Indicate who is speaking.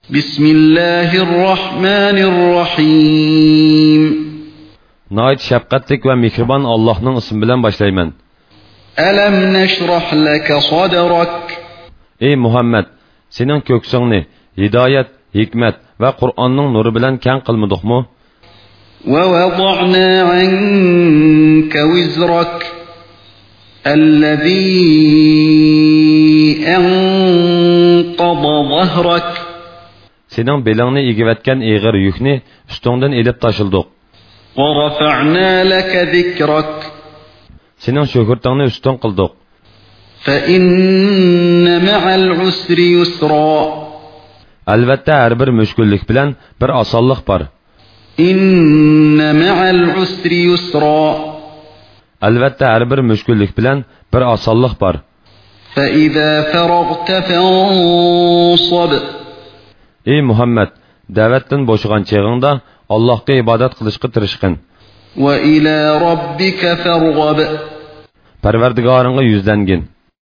Speaker 1: بسم الله الرحمن الرحيم
Speaker 2: Nəhayət şəfqətlik və mehriban Allahın ismi ilə başlayıram.
Speaker 1: ألم نشرح لك صدرك
Speaker 2: Ey Muhammed, sənin köksünü hidayət, hikmət və Qur'anın nuru ilə kən qılmıdıqmı?
Speaker 1: ووضعنا عنك وزرك الذي أنقض ظهرك
Speaker 2: Sənin belingni egivətən ağır yükni üstündən elib taşıldıq.
Speaker 1: ورفعنا لك ذكرك
Speaker 2: Sənin şöhrətini üstün qıldıq.
Speaker 1: فإن مع العسر يسرا
Speaker 2: Əlbəttə hər bir müşküllük bilan bir asanlıq var.
Speaker 1: إن مع العسر يسرا
Speaker 2: Əlbəttə hər bir müşküllük bilan bir asanlıq var.
Speaker 1: فإذا فرغت فانصب
Speaker 2: Ey Muhammed, dəvətdən boşğan çağında Allahqa ibadət qilishqa tirishqin.
Speaker 1: وإلى ربك فارغب
Speaker 2: Parvardigarınğa yüzləngin.